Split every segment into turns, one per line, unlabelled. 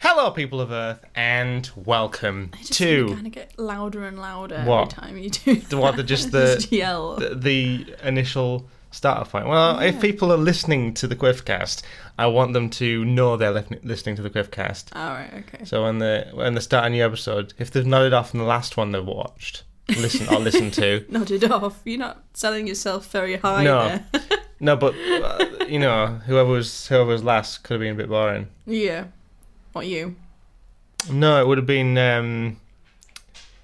Hello, people of Earth, and welcome
I just
to
kind of get louder and louder
What?
every time you do.
the what the just
that.
the,
yell.
the the initial starter point. Well, if people are listening to the Quiffcast, I want them to know they're lif- listening to the Quiffcast.
All right, okay.
So when the when they start a new episode, if they've nodded off from the last one they've watched, listen or listen to.
Nodded off. You're not selling yourself very high
No.
there.
No, but uh, you know whoever was whoever was last could have been a bit boring.
yeah. What you,
No, it would have been. Um,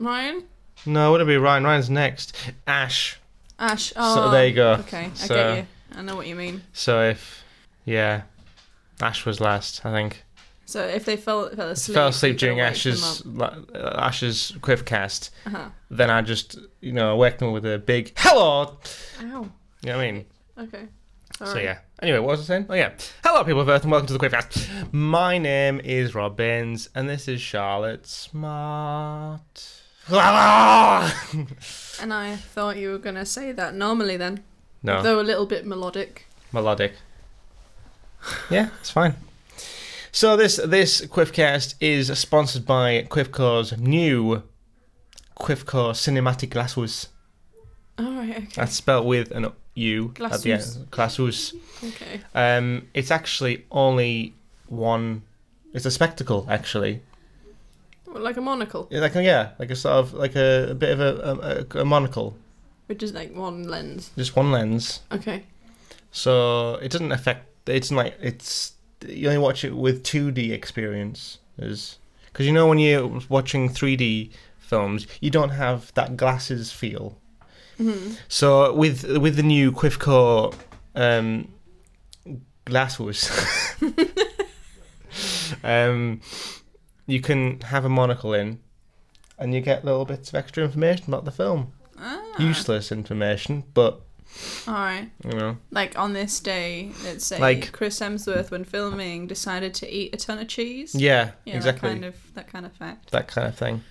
Ryan?
no, it would have been Ryan. Ryan's next. Ash.
Ash. Oh.
So there you go.
Okay, I
So-
get you. I know what you mean.
So if yeah, Ash was last, I think.
So if they fell fell asleep,
Fell asleep
you've
during
gotta wake them
Ash's la- uh, Ash's quiff cast.
up. Uh-huh.
Then I just you know wake them up with a big hello.
Ow.
You know what I mean?
Okay.
So
Sorry.
yeah. Anyway, what was I saying? Oh yeah. Hello, people of Earth, and welcome to the Quiffcast. My name is Rob Baines, and this is Charlotte Smart.
And I thought you were gonna say that normally then,
no,
though a little bit melodic.
melodic. Yeah, it's fine. So this this Quiffcast is sponsored by Quiffco's new Quiffco Cinematic Glasses.
All right. Okay.
That's spelled with an U at the
Glasses.
end. Glasses.
okay.
Um, it's actually only one. It's a spectacle, actually.
Well, like a monocle,
Yeah, Like a, yeah, like a sort of like a, a bit of a, a, a monocle,
which is like one lens.
just one lens.
Okay.
So it doesn't affect. It's like it's you only watch it with two D experience, because you know when you're watching three D films, you don't have that glasses feel.
hmm
So with with the new Quifco um, glasses, um, you can have a monocle in, and you get little bits of extra information about the film.
Ah.
Useless information, but
All right.
you know,
Like on this day, let's say
Like-
Chris Hemsworth, when filming, decided to eat a ton of cheese.
yeah,
Yeah,
exactly,
That kind of that kind of fact.
that kind of thing.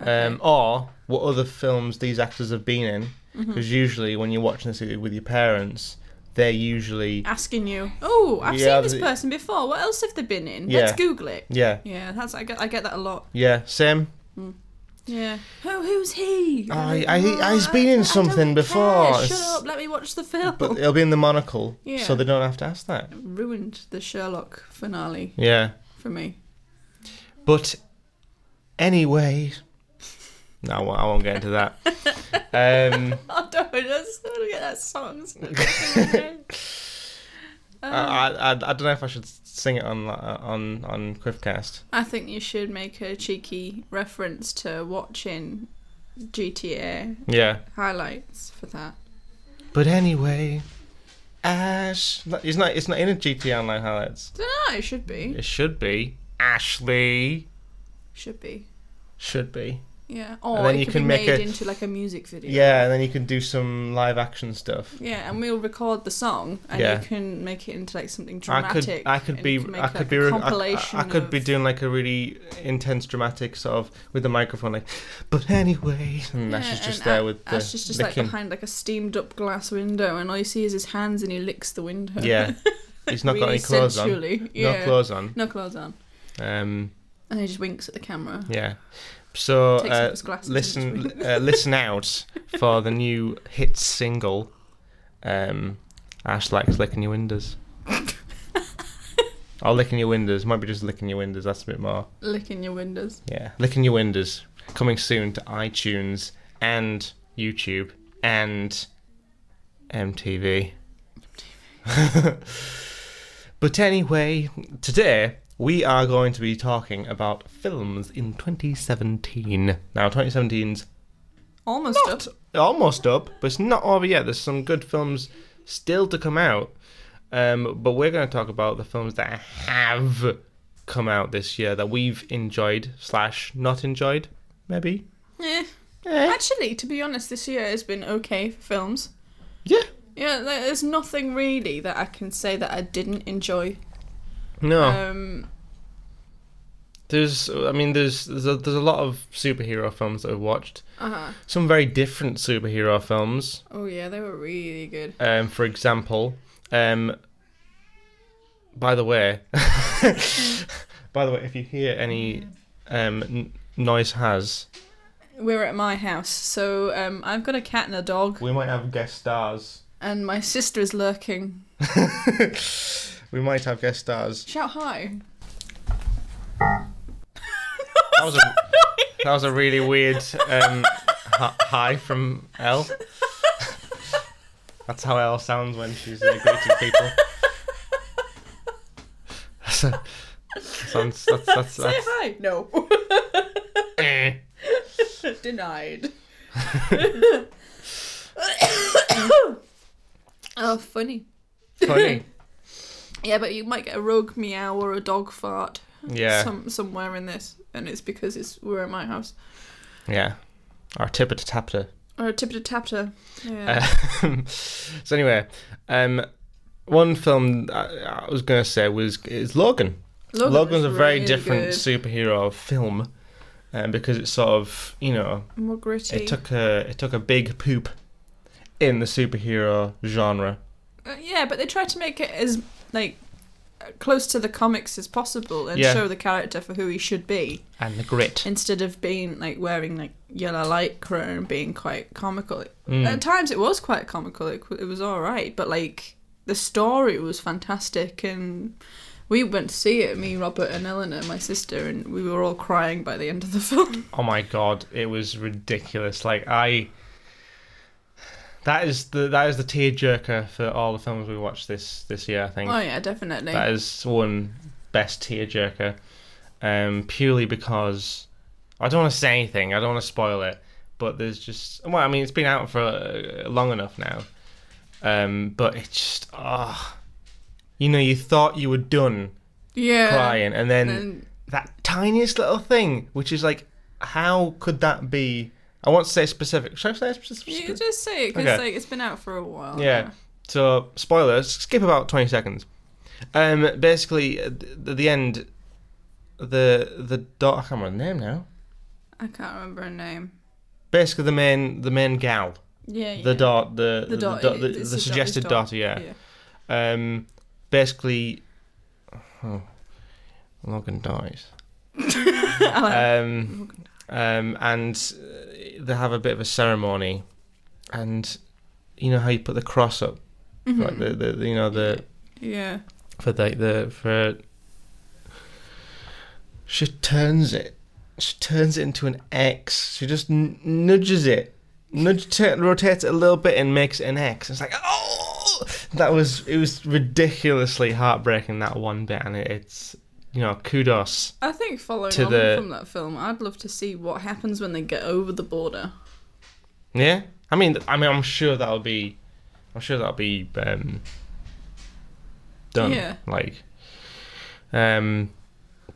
Okay.
Um, or what other films these actors have been in?
Mm-hmm.
Because usually when you're watching this with your parents, they're usually
Asking you, oh, I've
Yeah,
seen this
the-
person before. What else have they been in?
Yeah.
Let's Google it.
yeah,
Yeah, that's I get I get that a lot.
yeah, same.
Yeah. Who who's he?
Oh, I- I- he's been in
I
something
don't
before.
care. Shut
It's-
up. Let me watch the film.
But it'll be in the monocle,
Yeah.
so they don't have to ask that.
Ruined the Sherlock finale
Yeah.
for me.
But anyway, no, I won't- I won't get into that. um,
Oh, don't just don't get that song.
I,
Um,
I, I don't know if I should sing it on on on Quiffcast.
I think you should make a cheeky reference to watching GTA
Yeah.
highlights for that.
But anyway, Ash, no, it's not it's not in a GT Online highlights.
Dunno, it should be.
It should be Ashley.
Should be.
Should be.
Yeah. Or
then
it
you
could
can
be
make
made
a-
into like a music video.
Yeah, and then you can do some live action stuff.
Yeah, and we'll record the song, and
Yeah.
you can make it into like something
I could
dramatic.
I could
and
be
you can make,
I could
like,
be
a
re- I-
compilation.
I, I could be
of-
doing like a really intense dramatic sort of with the microphone like but anyway and
Yeah,
Ash is just
and
there
A-
with the
Ash is just like
licking.
behind like a steamed up glass window, and all you see is his hands, and he licks the window.
Yeah. He's not got
Really
any clothes on.
sensually. Yeah.
No clothes on.
No clothes on,
Um,
and he just winks at the camera.
yeah. So
Takes off
uh,
his glasses. and just
listen,
winks.
uh, listen out for the new hit single. Um, Ash likes licking your windows. or licking your windows. Might be just licking your windows. That's a bit more.
licking your windows.
Yeah, licking your windows. Coming soon to iTunes and YouTube and MTV. but anyway, today we are going to be talking about films in 2017. Now, 2017's
Almost
not
up.
almost up, but it's not over yet. There's some good films still to come out. Um, but we're going to talk about the films that have come out this year that we've enjoyed slash not enjoyed, maybe.
Yeah.
Eh.
Actually, to be honest, this year has been okay for films.
Yeah.
Yeah, there- there's nothing really that I can say that I didn't enjoy.
No,
Um,
there's. I mean, there's there's a, there's a lot of superhero films that I've watched.
uh huh.
Some very different superhero films.
Oh yeah, they were really good.
Um, for example, um. By the way, By the way, if you hear any um, n- noise, has
We're at my house, so um, I've got a cat and a dog,
we might have guest stars.
and my sister is lurking.
we might have guest stars.
Shout hi.
That was a that was a really weird um, hi hi from Elle. That's how Elle sounds when she's uh, greeting people. That's a- sounds that's that's,
Say
that's
hi. No.
eh.
Denied. oh, funny.
funny.
Yeah, but you might get a rogue meow or a dog fart
Yeah,
some, somewhere in this, and it's because it's we're at my house.
yeah. Our tipper to tapper.
Or a tipta tapta. Yeah.
Um, so anyway, um, one film I, I was gonna say was is Logan.
Logan
Logan's a
was
very
really
different
good.
superhero film, um, because it's sort of you know
More gritty.
it took a it took a big poop in the superhero genre.
Uh, yeah, but they tried to make it as like close to the comics as possible and
Yeah.
show the character for who he should be
And the grit.
instead of being like wearing like yellow lycra and being quite comical.
Mm.
At times it was quite comical. It, it was all right, but like the story was fantastic and we went to see it. Me, Robert, and Eleanor, my sister, and we were all crying by the end of the film.
Oh my god, it was ridiculous. Like I that is the that is the tearjerker for all the films we watched this this year, I think.
oh yeah, definitely.
That is one best tearjerker. Um, purely because I don't want to say anything. I don't want to spoil it. But there's just well, I mean, it's been out for uh, long enough now. Um, but it's just ah, you know, you thought you were done
yeah.
crying, and then
And
that tiniest little thing, which is like, how could that be? I want to say specific. Should I say specific?
you just say it because
Okay.
like it's been out for a while.
Yeah.
now.
So spoilers. Skip about twenty seconds. Um, basically, at the, the end, the the daughter. I can't remember her name now.
I can't remember her name.
Basically, the main the main gal,
Yeah, yeah.
the dot the
The
the
daughter,
dot- the,
it's
the
the
suggested
daughter's
daughter. Yeah. Um, basically, oh, Logan dies. um, um, and uh, they have a bit of a ceremony, and you know how you put the cross up, like the, the, the you know the
Mm-hmm. Yeah.
for the the for. She turns it. She turns it into an X. She just n- nudges it, nudge, t- rotates it a little bit, and makes it an X. It's like oh, that was it was ridiculously heartbreaking that one bit, and it, it's you know kudos.
I think following
To
on
the-
from that film, I'd love to see what happens when they get over the border.
Yeah, I mean, I mean, I'm sure that'll be, I'm sure that'll be um, done.
Yeah.
Like, um,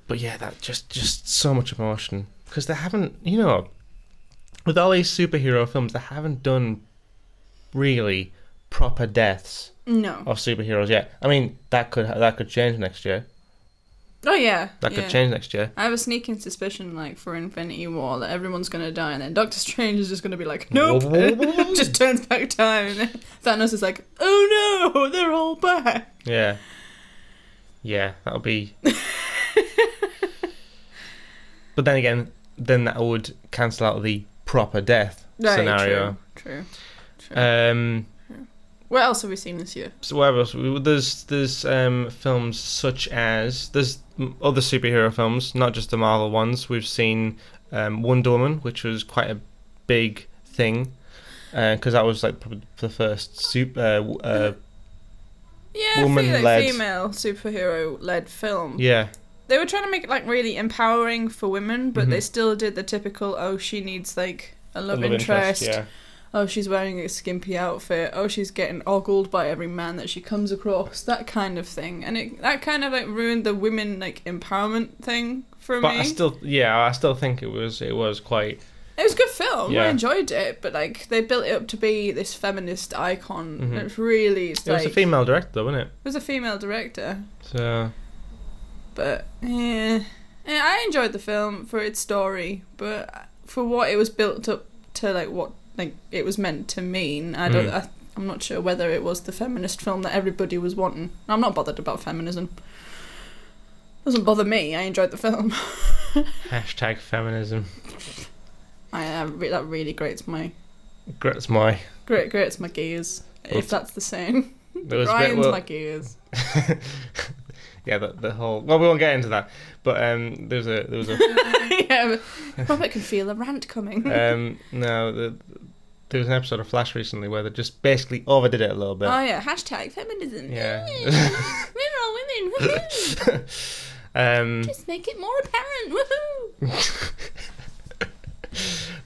but yeah, that just just so much emotion because they haven't, you know, with all these superhero films, they haven't done really proper deaths
No.
of superheroes yet. I mean, that could that could change next year.
Oh yeah.
That
yeah.
could change next year.
I have a sneaking suspicion, like for Infinity War, that everyone's gonna die, and then Doctor Strange is just gonna be like, "Nope," just turns back time. And then Thanos is like, "Oh no, they're all back."
Yeah. Yeah, that'll be. but then again, then that would cancel out the proper death
Right,
scenario.
True. True. true.
Um,
what else have we seen this year?
so what else? We- There's there's um, films such as there's m- other superhero films, not just the Marvel ones. We've seen um, Wonder Woman, which was quite a big thing because that was like probably the first super. Uh, w- uh,
Yeah,
Woman-led.
female, female superhero-led film.
yeah,
they were trying to make it like really empowering for women, but they
Mhm.
still did the typical oh she needs like a love,
Love
interest.
Yeah.
Oh she's wearing a skimpy outfit. Oh she's getting ogled by every man that she comes across. That kind of thing, and it that kind of like ruined the women like empowerment thing for
But
me.
I still, yeah, I still think it was it was quite
It was a good film. I
Yeah.
enjoyed it, but like they built it up to be this feminist icon.
Mhm.
and It's really it's
It
like
was a female director, though, wasn't it?
it was a female director.
So
but eh, Eh, I enjoyed the film for its story, but for what it was built up to, like what like it was meant to mean, I don't.
Mm.
I, I'm not sure whether it was the feminist film that everybody was wanting. I'm not bothered about feminism. Doesn't bother me. I enjoyed the film.
Hashtag feminism.
I, I re- that really grates my
Grits my.
great grates my gears. If
Oof.
that's the same,
There was a bit,
grinds
well,
my gears.
yeah, the, the whole. Well, we won't get into that. But um, there's a there was a
yeah, but Robert can feel a rant coming.
um, no the, there was an episode of Flash recently where they just basically overdid it a little bit.
oh yeah, hashtag feminism.
Yeah.
we're all women. Woohoo!
um,
Just make it more apparent. Woohoo!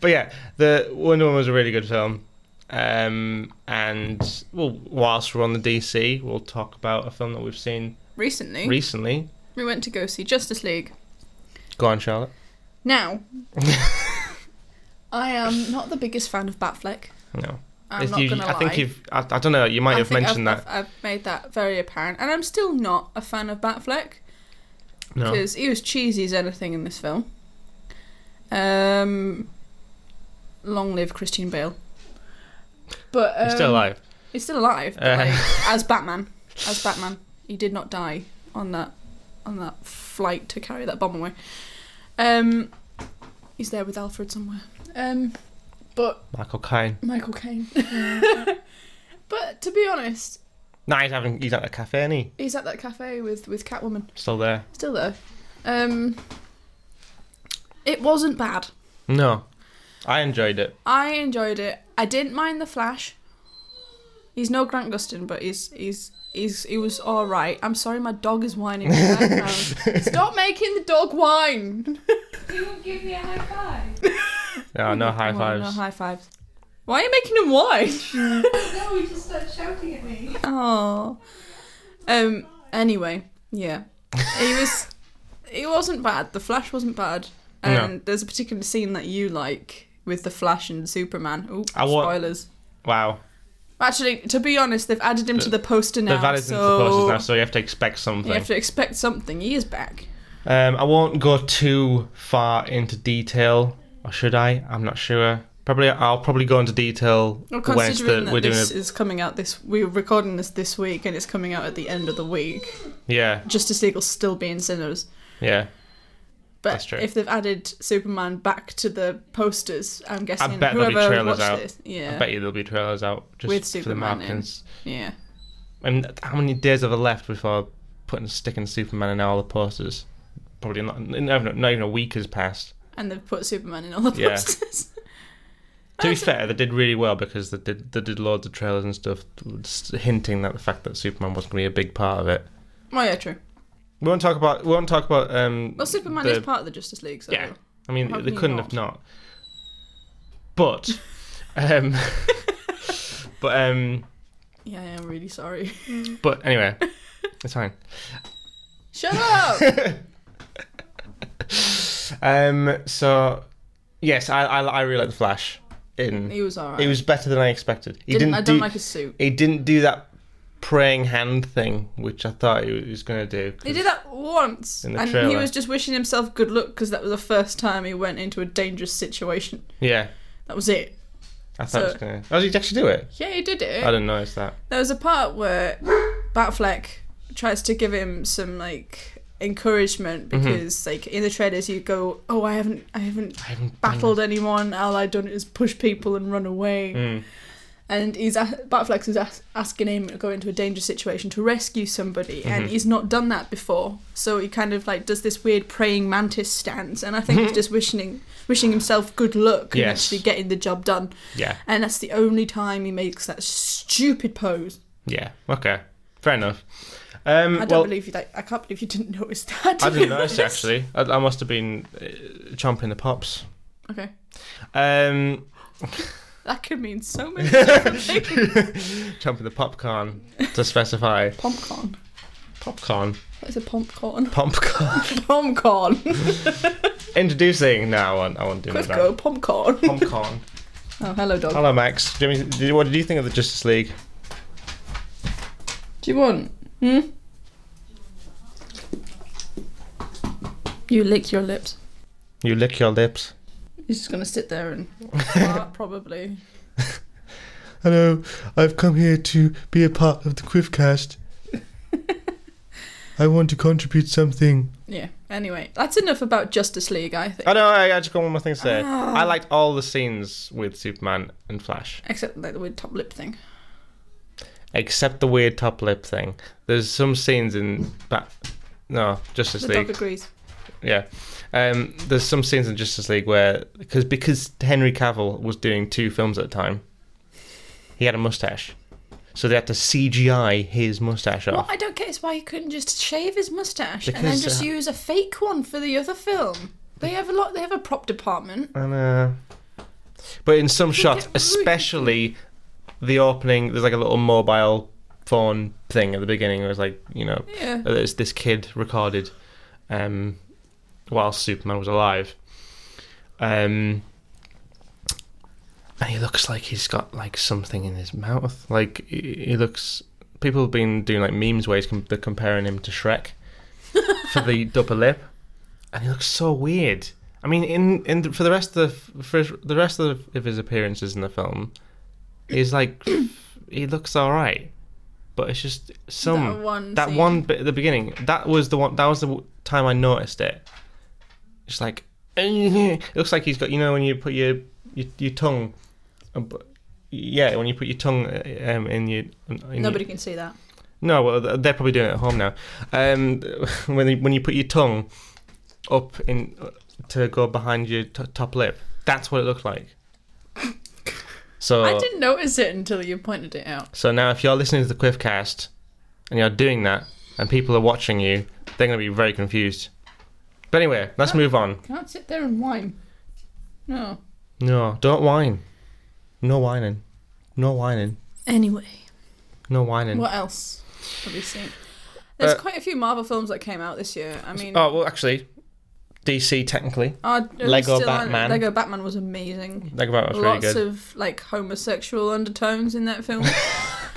but yeah, the Wonder Woman was a really good film. Um, and well, whilst we're on the DC, we'll talk about a film that we've seen
Recently,
recently.
we went to go see Justice League.
Go on, Charlotte.
Now, I am not the biggest fan of Batfleck.
No,
I'm
If
not
you-
gonna
I
lie.
think you've. I, I don't know. You might
I
have
think
mentioned
I've,
that.
I've, I've made that very apparent, and I'm still not a fan of Batfleck
no,
because he was cheesy as anything in this film. Um, long live Christian Bale. But um,
he's still alive.
He's still alive. but,
Uh.
like, as Batman, as Batman, he did not die on that on that flight to carry that bomb away. Um, he's there with Alfred somewhere. Um, but
Michael Caine.
Michael Caine. but to be honest,
No, he's having. He's at a cafe. Isn't he?
He's at that cafe with with Catwoman.
Still there.
Still there. Um, it wasn't bad.
No, I enjoyed it.
I enjoyed it. I didn't mind the Flash. He's no Grant Gustin, but he's he's he's he was all right. I'm sorry, my dog is whining. in the background. Stop making the dog whine.
You won't give me a high five.
No, no high
Come on,
fives.
No high fives. Why are you making him whine?
no, you just start shouting at me.
Oh. Um. Anyway, yeah, he was. He wasn't bad. The Flash wasn't bad.
No.
And there's a particular scene that you like with the Flash and Superman. Ooh,
I wa-
spoilers.
wow.
Actually, to be honest, they've added him to the poster now.
They've added
so
into the posters now, so you have to expect
You
something.
have to expect something. He is back.
Um, I won't go too far into detail, or should I? I'm not sure. Probably, I'll probably go into detail when
Well,
it's
considering
the,
that
we're doing.
this
A,
is coming out this, we're recording this this week, and it's coming out at the end of the week.
yeah,
Justice League will still be in cinemas.
yeah.
But
That's true.
if they've added Superman back to the posters, I'm guessing
bet there'll be
whoever
trailers
watched
out.
this, yeah,
I bet you there'll be trailers out just
With
for the
Superman in.
markings.
yeah.
I mean, how many days have I left before putting sticking Superman in all the posters? Probably not. Not even, not even a week has passed.
And they've put Superman in all the
Yeah.
posters. Um,
To be
That's-
fair, they did really well because they did they did loads of trailers and stuff, s- hinting at the fact that Superman was going to be a big part of it.
Oh yeah, true.
We won't talk about we won't talk about um.
Well, Superman
the-
is part of the Justice League, so
Yeah. I mean,
How
they
can you
couldn't
not?
have not. But, um, but um,
yeah, I am really sorry.
but anyway, it's fine.
Shut up.
Um, so yes, I I, I really like the Flash. In
he was alright.
it was better than I expected. He
Didn't,
didn't,
I don't
do
like his suit.
he didn't do that praying hand thing, which I thought he was going to do. 'cause-
He did that once,
In the
and he
trailer.
was just wishing himself good luck because that was the first time he went into a dangerous situation.
Yeah,
That was it.
I thought
So-
he was going to. Oh, did he actually do it?
Yeah, he did it.
I didn't notice that.
There was a part where Batfleck tries to give him some like encouragement because like in the trailers you go, Oh, I haven't I haven't
Mm-hmm. I haven't
battled anyone, all I've done is push people and run away.
Mm.
And he's a- Batfleck is as- asking him to go into a dangerous situation to rescue somebody, and
Mm-hmm.
he's not done that before. So he kind of like does this weird praying mantis stance, and I think he's just wishing wishing himself good luck and
Mm-hmm. Yes.
actually getting the job done.
Yeah,
And that's the only time he makes that stupid pose.
yeah. Okay, fair enough. Um,
I don't
well,
believe you. That, I can't believe you didn't notice that. to
I
be
didn't notice
honest.
actually. I, I must have been uh, chomping the pops.
Okay,
Um,
that could mean so many different things.
chomping the popcorn to specify.
Popcorn.
Popcorn,
What is a popcorn?
popcorn.
Popcorn.
Introducing. No, I won't. I won't do
Quick
that.
go, popcorn.
Popcorn.
Oh, hello, dog.
Hello, Max. Jimmy, did, what did you think of the Justice League?
Do you want? Hmm. You lick your lips.
You lick your lips.
You're just gonna sit there and fart, probably.
Hello, I've come here to be a part of the Quivcast.
I want to contribute something.
Yeah. Anyway, that's enough about Justice League, I think.
Oh no, I, I just got one more thing to say. I liked all the scenes with Superman and Flash,
Except like the weird top lip thing.
except the weird top lip thing. There's some scenes in Bat. No, Justice
The
League.
dog agrees.
Yeah, um, there's some scenes in Justice League where because because Henry Cavill was doing two films at a time, he had a mustache, so they had to CGI his mustache
What
off.
I don't get is why he couldn't just shave his mustache and then
Because,
just
uh,
use a fake one for the other film. They have a lot. They have a prop department.
And uh, but in some shots,
get rude.
especially the opening, there's like a little mobile phone thing at the beginning. It was like you know,
Yeah.
uh, it's this kid recorded um, while Superman was alive. Um, and he looks like he's got like something in his mouth. Like he he looks. People have been doing like memes where he's com- they're comparing him to Shrek for the double lip, and he looks so weird. I mean, in in the, for the rest of the for his- the rest of, of his appearances in the film, he's like he looks all right, but it's just some
that one.
that
scene.
one bit at the beginning that was the one that was the w- time i noticed it it's like it looks like he's got you know when you put your your, your tongue ab- yeah when you put your tongue uh, um, in your in
Nobody can see that.
your, no well th- they're probably doing it at home now um when you, when you put your tongue up in to go behind your t- top lip that's what it looked like so
I didn't notice it until you pointed it out.
so now, if you're listening to the Quiffcast and you're doing that, and people are watching you, they're going to be very confused. But anyway, let's move on.
Can't sit there and whine. No.
No, don't whine. No whining. No whining.
Anyway,
No whining.
what else have we seen? There's
Uh,
quite a few Marvel films that came out this year. I mean,
Oh well, actually, DC technically,
our- it was
Lego
still on-
Batman.
Lego Batman was amazing.
like that was really
Lots
good.
of like homosexual undertones in that film.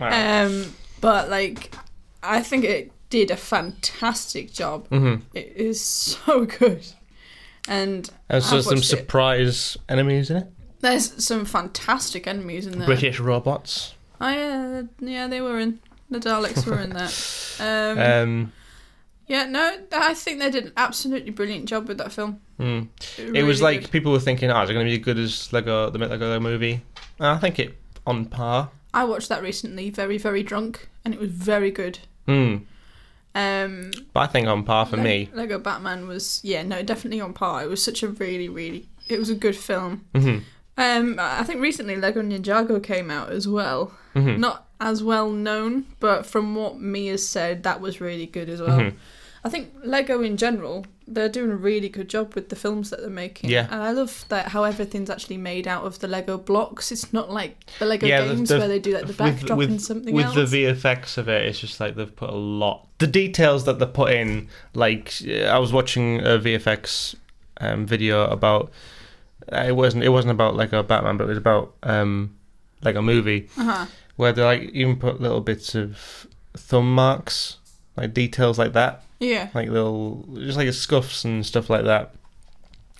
Wow.
um, but like, I think it did a fantastic job.
mm-hmm.
It is so good, and
And so
I've
some
watched it.
surprise enemies in it.
there's some fantastic enemies in there.
British robots.
Oh yeah, yeah, they were in the Daleks were in that. Um,
Um,
yeah, no, I think they did an absolutely brilliant job with that film.
mm. It
really
was like
good.
people were thinking, "Oh, is it going to be as good as Lego the Lego movie?" And I think it on par.
I watched that recently, very very drunk, and it was very good.
Hmm.
Um,
But I think on par Oh, for
Le-
me.
Lego Batman was yeah no definitely on par. It was such a really really it was a good film.
hmm
Um, I I think recently Lego Ninjago came out as well.
Mhm.
Not as well known, but from what Mia said, that was really good as well.
Mhm.
I think Lego in general, they're doing a really good job with the films that they're making.
Yeah.
and I love that how everything's actually made out of the Lego blocks. It's not like the Lego
Yeah, the-
games
the-
where they do like the backdrop and something
with
else.
the VFX of it, it's just like they've put a lot. The details that they put in, like I was watching a VFX um, video about. uh, It wasn't. It wasn't about like a Batman, but it was about um, like a movie
uh-huh.
where they like even put little bits of thumb marks, like details like that,
Yeah,
like little just like scuffs and stuff like that,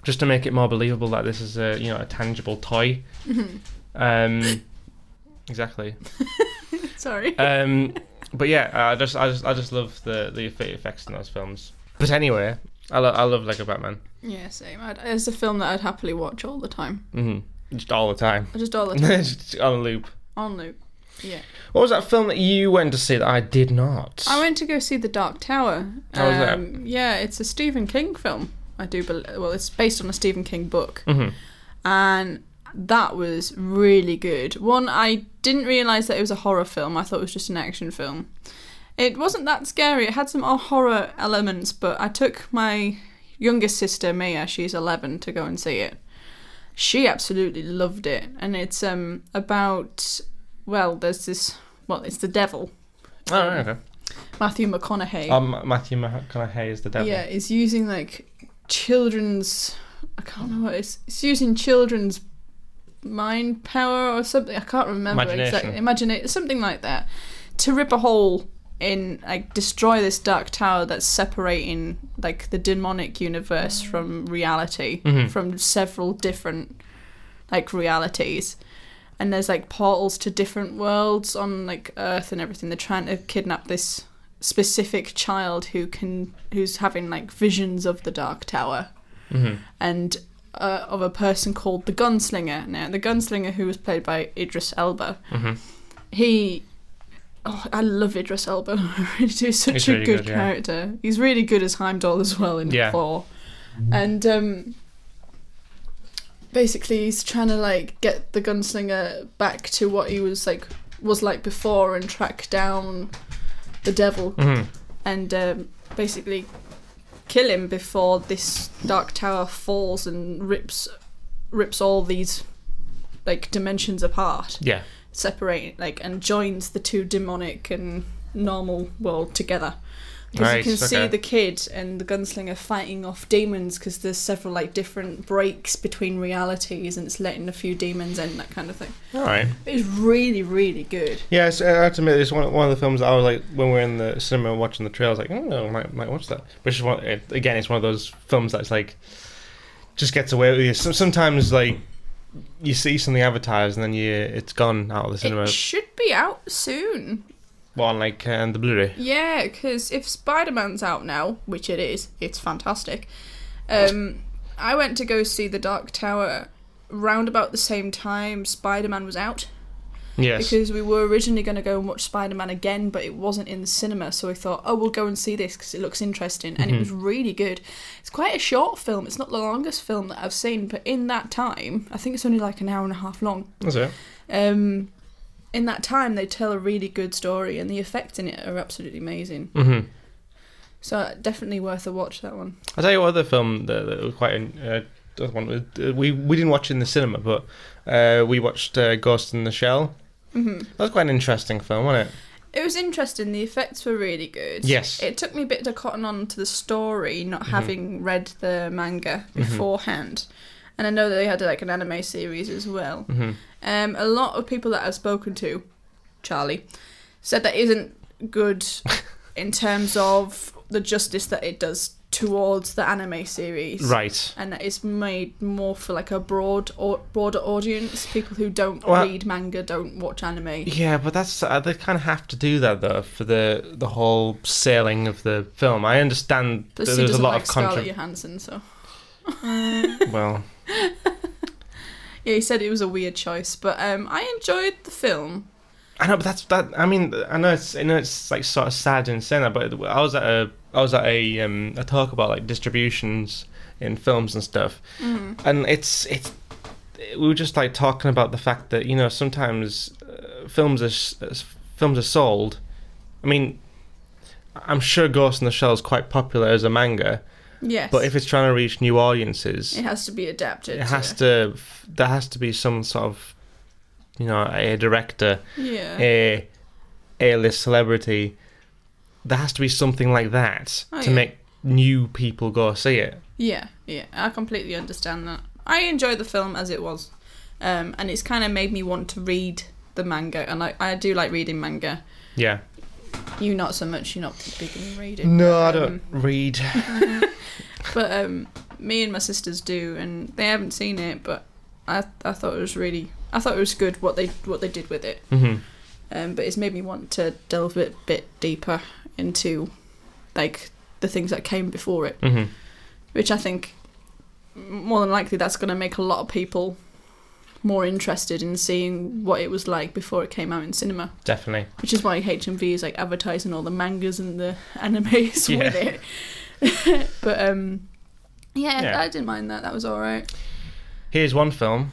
just to make it more believable that this is a you know a tangible toy. Um, exactly.
sorry.
Um, but yeah, I just, I just, I just love the the effect- effects in those films. But anyway, I, lo- I love Lego Batman.
yeah, same. I'd, it's a film that I'd happily watch all the time.
hmm Just all the time,
Just all the time.
just on loop.
on loop. Yeah.
What was that film that you went to see that I did not?
I went to go see The Dark Tower. Um,
How was that?
Yeah, it's a Stephen King film. I do believe. Well, it's based on a Stephen King book,
Mhm.
and that was really good. One, I didn't realize that it was a horror film. I thought it was just an action film. It wasn't that scary. It had some horror elements, but I took my youngest sister Mia, she's 11, to go and see it. She absolutely loved it, and it's um about well, there's this well, it's the devil
Oh, right, okay.
Matthew McConaughey.
Um, Matthew McConaughey is the devil.
yeah, is using like children's. I can't remember. What it's it's using children's mind power or something. I can't remember
Imagination.
exactly. Imagine something like that to rip a hole in like destroy this dark tower that's separating like the demonic universe from reality
Mhm.
from several different like realities and there's like portals to different worlds on like earth and everything they're trying to kidnap this specific child who can who's having like visions of the Dark Tower
Mhm.
and uh, of a person called the Gunslinger. Now, the Gunslinger, who was played by Idris Elba,
Mhm.
he. Oh, I love Idris Elba. I really do. He's Such
He's
a
really
good,
good, yeah.
character. He's really good as Heimdall as well in
Yeah.
four. And um, basically, he's trying to like get the gunslinger back to what he was like was like before and track down the devil
Mhm.
and um, basically kill him before this dark tower falls and rips rips all these like dimensions apart
Yeah.
separate like and joins the two demonic and normal world together because
Right,
you can see
okay.
the kid and the gunslinger fighting off demons because there's several like different breaks between realities and it's letting a few demons in that kind of thing
All right.
it's really really good
Yeah, so I have to admit, it's one, one of the films I was like, when we were in the cinema watching the trailers, like, oh, I might, might watch that. But it's just one, it, again, it's one of those films that's like, just gets away with you. Some sometimes, like, you see something advertised and then you it's gone out of the cinema.
it should be out soon
well, on, like, um, the Blu ray.
yeah because if spider-man's out now which it is it's fantastic um i went to go see the dark tower round about the same time spider-man was out
Yes.
because we were originally going to go and watch Spider Man again, but it wasn't in the cinema. So we thought, oh, we'll go and see this because it looks interesting. And it was really good. It's quite a short film. It's not the longest film that I've seen, but in that time, I think it's only like an hour and a half long.
That's it.
Um, in that time, they tell a really good story, and the effects in it are absolutely amazing.
hmm
So uh, definitely worth a watch. That one.
I'll tell you what other film that, that was quite an- uh, other one was- uh, we we didn't watch it in the cinema, but uh, we watched uh, Ghost in the Shell.
hmm
That was quite an interesting film, wasn't it?
It was interesting. The effects were really good.
Yes. Mm-hmm.
It took me a bit to cotton on to the story, not having read the manga beforehand. And I know that they had like an anime series as well.
hmm
Um, a lot of people that I've spoken to, Charlie, said that isn't good in terms of the justice that it does towards the anime series.
Right.
And that it's made more for like a broad or broader audience. People who don't
Well-
read manga, don't watch anime.
Yeah, but that's uh, they kind of have to do that though for the the whole sailing of the film. I understand that
Plus, he
there was a
doesn't
lot
like
of
Scarlett
controversy.
Johansson, so
well,
Yeah, he said it was a weird choice, but um, I enjoyed the film.
I know, but that's that. I mean, I know it's I know it's like sort of sad and saying that, but I was at a I was at a um a talk about like distributions in films and stuff, and it's it's we were just like talking about the fact that you know sometimes uh, films are s- uh, films are sold. I mean, I'm sure Ghost in the Shell is quite popular as a manga,
Yes,
but if it's trying to reach new audiences,
it has to be adapted,
it has to there has to be some sort of you know a director
Yeah,
a A-list celebrity. There has to be something like that
Oh,
to
yeah.
make new people go see it.
yeah, yeah. I completely understand that. I enjoyed the film as it was, um, and it's kind of made me want to read the manga, and I, I do like reading manga.
Yeah.
You not so much. You're not big in reading.
No,
but,
I
um,
don't read.
but um, me and my sisters do, and they haven't seen it, but I I thought it was really I thought it was good what they what they did with it.
hmm
um, but it's made me want to delve a bit, bit deeper into like the things that came before it,
hmm
which I think m- more than likely that's going to make a lot of people more interested in seeing what it was like before it came out in cinema,
Definitely.
which is why HMV is like advertising all the mangas and the animes with it. but um, yeah,
Yeah.
I didn't mind that. That was all right.
Here's one film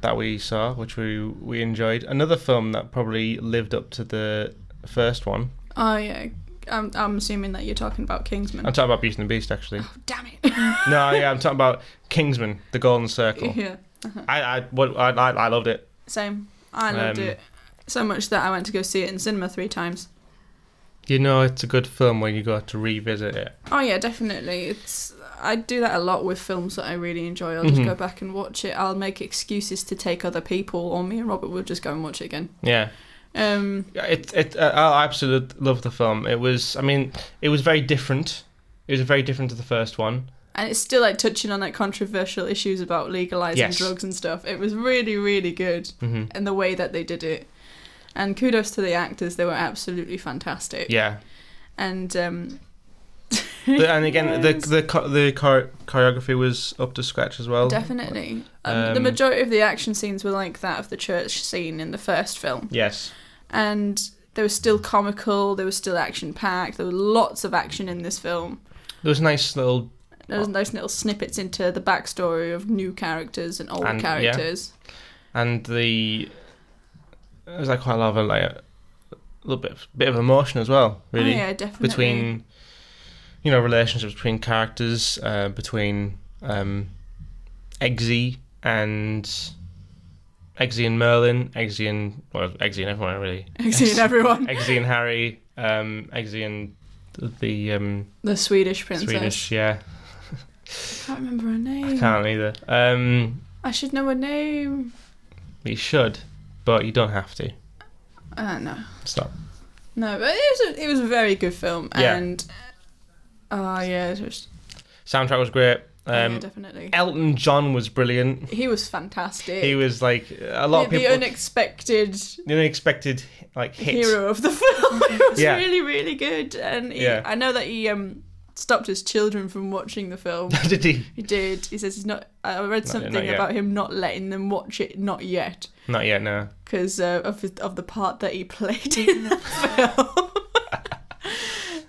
that we saw, which we we enjoyed. Another film that probably lived up to the first one.
Oh yeah. I'm, I'm assuming that you're talking about Kingsman.
I'm talking about Beauty and the Beast, actually.
Damn it!
no, yeah, I'm talking about Kingsman: The Golden Circle.
yeah. Uh-huh.
I I, what, I I I loved it.
Same. I loved
Um,
it so much that I went to go see it in cinema three times.
You know, it's a good film when you go to revisit it.
Oh yeah, definitely. It's I do that a lot with films that I really enjoy. I'll just
Mhm.
go back and watch it. I'll make excuses to take other people, or me and Robert will just go and watch it again.
Yeah.
Um,
Yeah, it it uh, I absolutely loved the film. It was I mean it was very different. It was very different to the first one.
and it's still like touching on like controversial issues about legalizing
Yes.
drugs and stuff. It was really, really good,
hmm
and the way that they did it. And kudos to the actors; they were absolutely fantastic.
Yeah,
and um,
The- and again, the
Yes.
the cho- the chor- choreography was up to scratch as well.
definitely um, the
um,
majority of the action scenes were like that of the church scene in the first film,
Yes.
and they were still comical. They were still action packed. There was lots of action in this film.
There was nice little Oh.
There's nice little snippets into the backstory of new characters and old
And- yeah.
characters. Oh,
and the there was like quite a lot of like a little bit of, bit of emotion as well, really.
Oh, yeah, definitely.
between you know relationships between characters uh, between um Eggsy and Eggsy and Merlin Eggsy and well Eggsy and everyone really
Except everyone.
Eggsy and Harry um Eggsy and the, the um
The Swedish princess.
Swedish yeah
I can't remember her
I
name. I,
can't either um
should know her name.
you should but you don't have to
I don't know.
stop
No, but it was a, it was a very good film.
Yeah.
And oh yeah, it was,
soundtrack was great
yeah,
um
definitely.
Elton John was brilliant
He was fantastic.
he was like a lot of
the,
people
the unexpected
the unexpected like hit
hero of the film. It was
Yeah.
really really good. And he,
Yeah.
I know that he um stopped his children from watching the film.
did he
He did. He says he's not. I read
Not-
something
not yet.
about him not letting them watch it, not yet,
Not yet, no.
because uh, of his, of the part that he played in the film.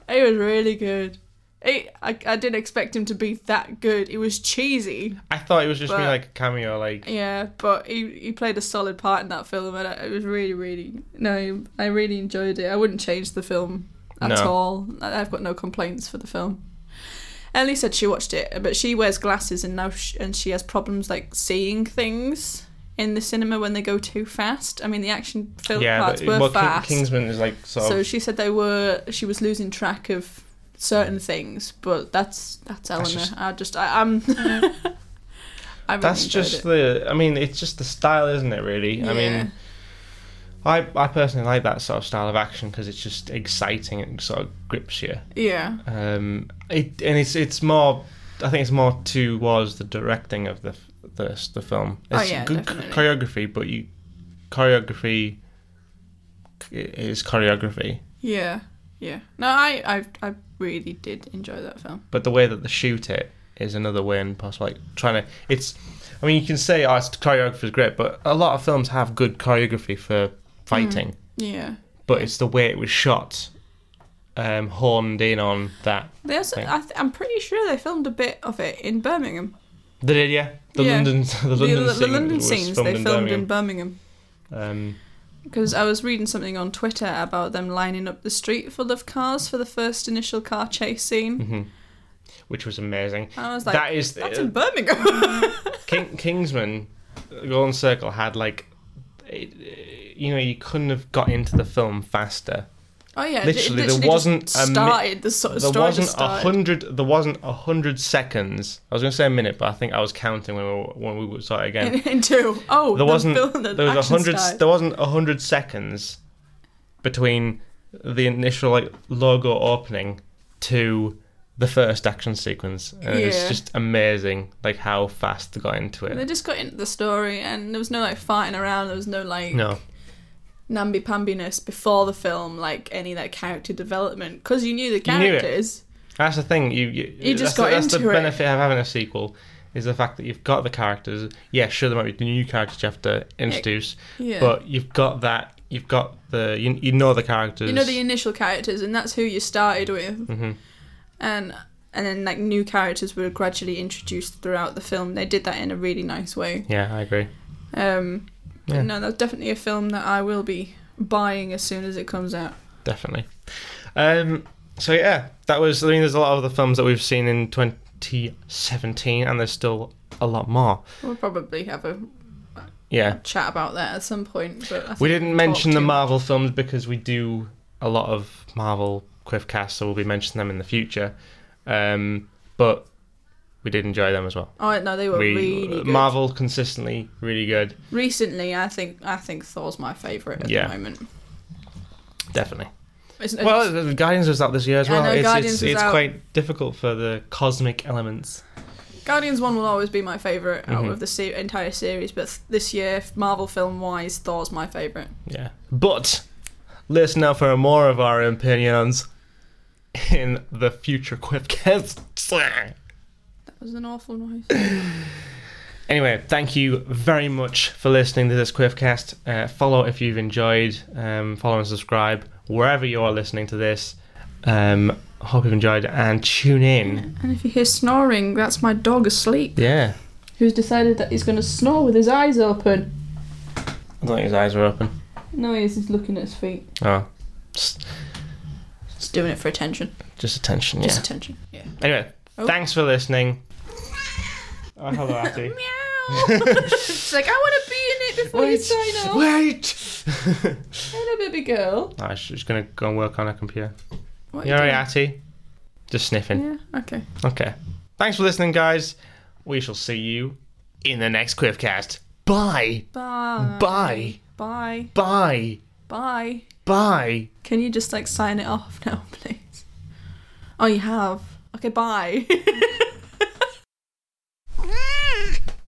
it was really good. It, I, I didn't expect him to be that good. It was cheesy,
I thought it was just me
But-
like a cameo, like
yeah, but he, he played a solid part in that film, and I, it was really, really no, I really enjoyed it. I wouldn't change the film at
No.
all. I, I've got no complaints for the film. Ellie said she watched it, but she wears glasses and now sh and she has problems like seeing things in the cinema when they go too fast. I mean, the action film
yeah.
parts
But,
were
well, King-
fast,
Kingsman is like sort
so
of
she said they were. She was losing track of certain things, but that's that's Eleanor.
just-
I just I, I'm. I really
that's
enjoyed
just
it.
the. I mean, it's just the style, isn't it? Really. I
Yeah.
mean, I I personally like that sort of style of action because it's just exciting and sort of grips you.
yeah.
Um, it and it's it's more. I think it's more towards the directing of the f- the the film.
Oh,
It's
yeah,
good
definitely.
choreography, but you choreography is choreography.
Yeah, yeah. No, I, I, I really did enjoy that film.
but the way that they shoot it is another way in possible like trying to it's i mean you can say oh it's choreographer's great but a lot of films have good choreography for fighting
Mm. Yeah.
but it's the way it was shot um honed in on that
They also,
Thank-
I th- I'm pretty sure they filmed a bit of it in Birmingham.
they did yeah the
Yeah.
london the london,
the,
scene
London
was
scenes
filmed
they
in
filmed in
Birmingham. um
Birmingham. Because I was reading something on Twitter about them lining up the street full of cars for the first initial car chase scene.
mhm. which was amazing
I was like,
that is
that's
uh,
in Birmingham.
King, Kingsman, the Golden Circle had like, it, uh, you know, you couldn't have got into the film faster.
oh yeah, it
Literally, there
just
wasn't a mi-
started the so-
There
story
wasn't
just
a
started.
hundred. There wasn't a hundred seconds. I was going to say a minute, but I think I was counting when we were, when we were- sorry again.
in, in two. Oh,
There
the
wasn't.
Film, the
There was a
action
hundred.
started.
There wasn't a hundred seconds between the initial like logo opening to the first action sequence, and it's
Yeah.
just amazing like how fast they got into
They
it.
just got into the story, and there was no like fighting around. There was no like
No,
namby pambiness before the film, like any like character development, because you knew the
You knew it.
characters.
That's the thing. You you,
You
that's
just
the-
got
that's
into
the
it.
benefit of having a sequel is the fact that you've got the characters. Yeah, sure, there might be new characters you have to introduce,
Yeah.
but you've got that. You've got the you, you know the characters.
you know the initial characters, and that's who you started with,
hmm
and and then like new characters were gradually introduced throughout the film. They did that in a really nice way.
Yeah, I agree.
Um, but
Yeah.
No, that's definitely a film that I will be buying as soon as it comes out.
Definitely. Um. So yeah, that was. I mean, there's a lot of the films that we've seen in 2017, and there's still a lot more.
We'll probably have a
Yeah.
chat about that at some point. But I
We
think
didn't
we've
mention
talked
the
too
Marvel films because we do a lot of Marvel Quivcasts, so we'll be mentioning them in the future. Um, but we did enjoy them as well.
Oh no, they were
we uh,
really good.
Marvel consistently really good,
Recently, I think I think Thor's my favorite at
Yeah.
the moment.
definitely.
It's, it's,
Well, the- the Guardians was out this year as
I
well.
know,
it's
Guardians
it's,
was
it's
out.
quite difficult for the cosmic elements.
Guardians One will always be my favorite out
Mhm.
of the se- entire series, but th- this year, Marvel film wise, Thor's my favorite.
Yeah, but listen now for more of our opinions. in the future Quipcast.
That was an awful noise.
Anyway, thank you very much for listening to this Quiffcast. Uh, follow if you've enjoyed. Um, follow and subscribe wherever you are listening to this. Um, hope you've enjoyed and tune in.
And if you hear snoring, that's my dog asleep,
Yeah.
who's decided that he's going to snore with his eyes open.
I don't think his eyes were open.
No, he is. He's looking at his feet.
Oh, just,
Just doing it for attention.
just attention. Yeah.
Just attention. Yeah.
Anyway,
Oh.
thanks for listening. Oh, hello, Atty.
Meow. it's like I want to be in it before you sign off.
Wait.
Hello, baby girl.
oh, she's gonna go and work on her computer.
What
You
are
alright,
you
Atty? Just sniffing.
doing? Yeah. Okay.
Okay. Thanks for listening, guys. We shall see you in the next Quiffcast. Bye.
Bye.
Bye.
Bye.
Bye.
Bye.
Bye.
Can you just like sign it off now, please? Oh, you have. Okay. Bye.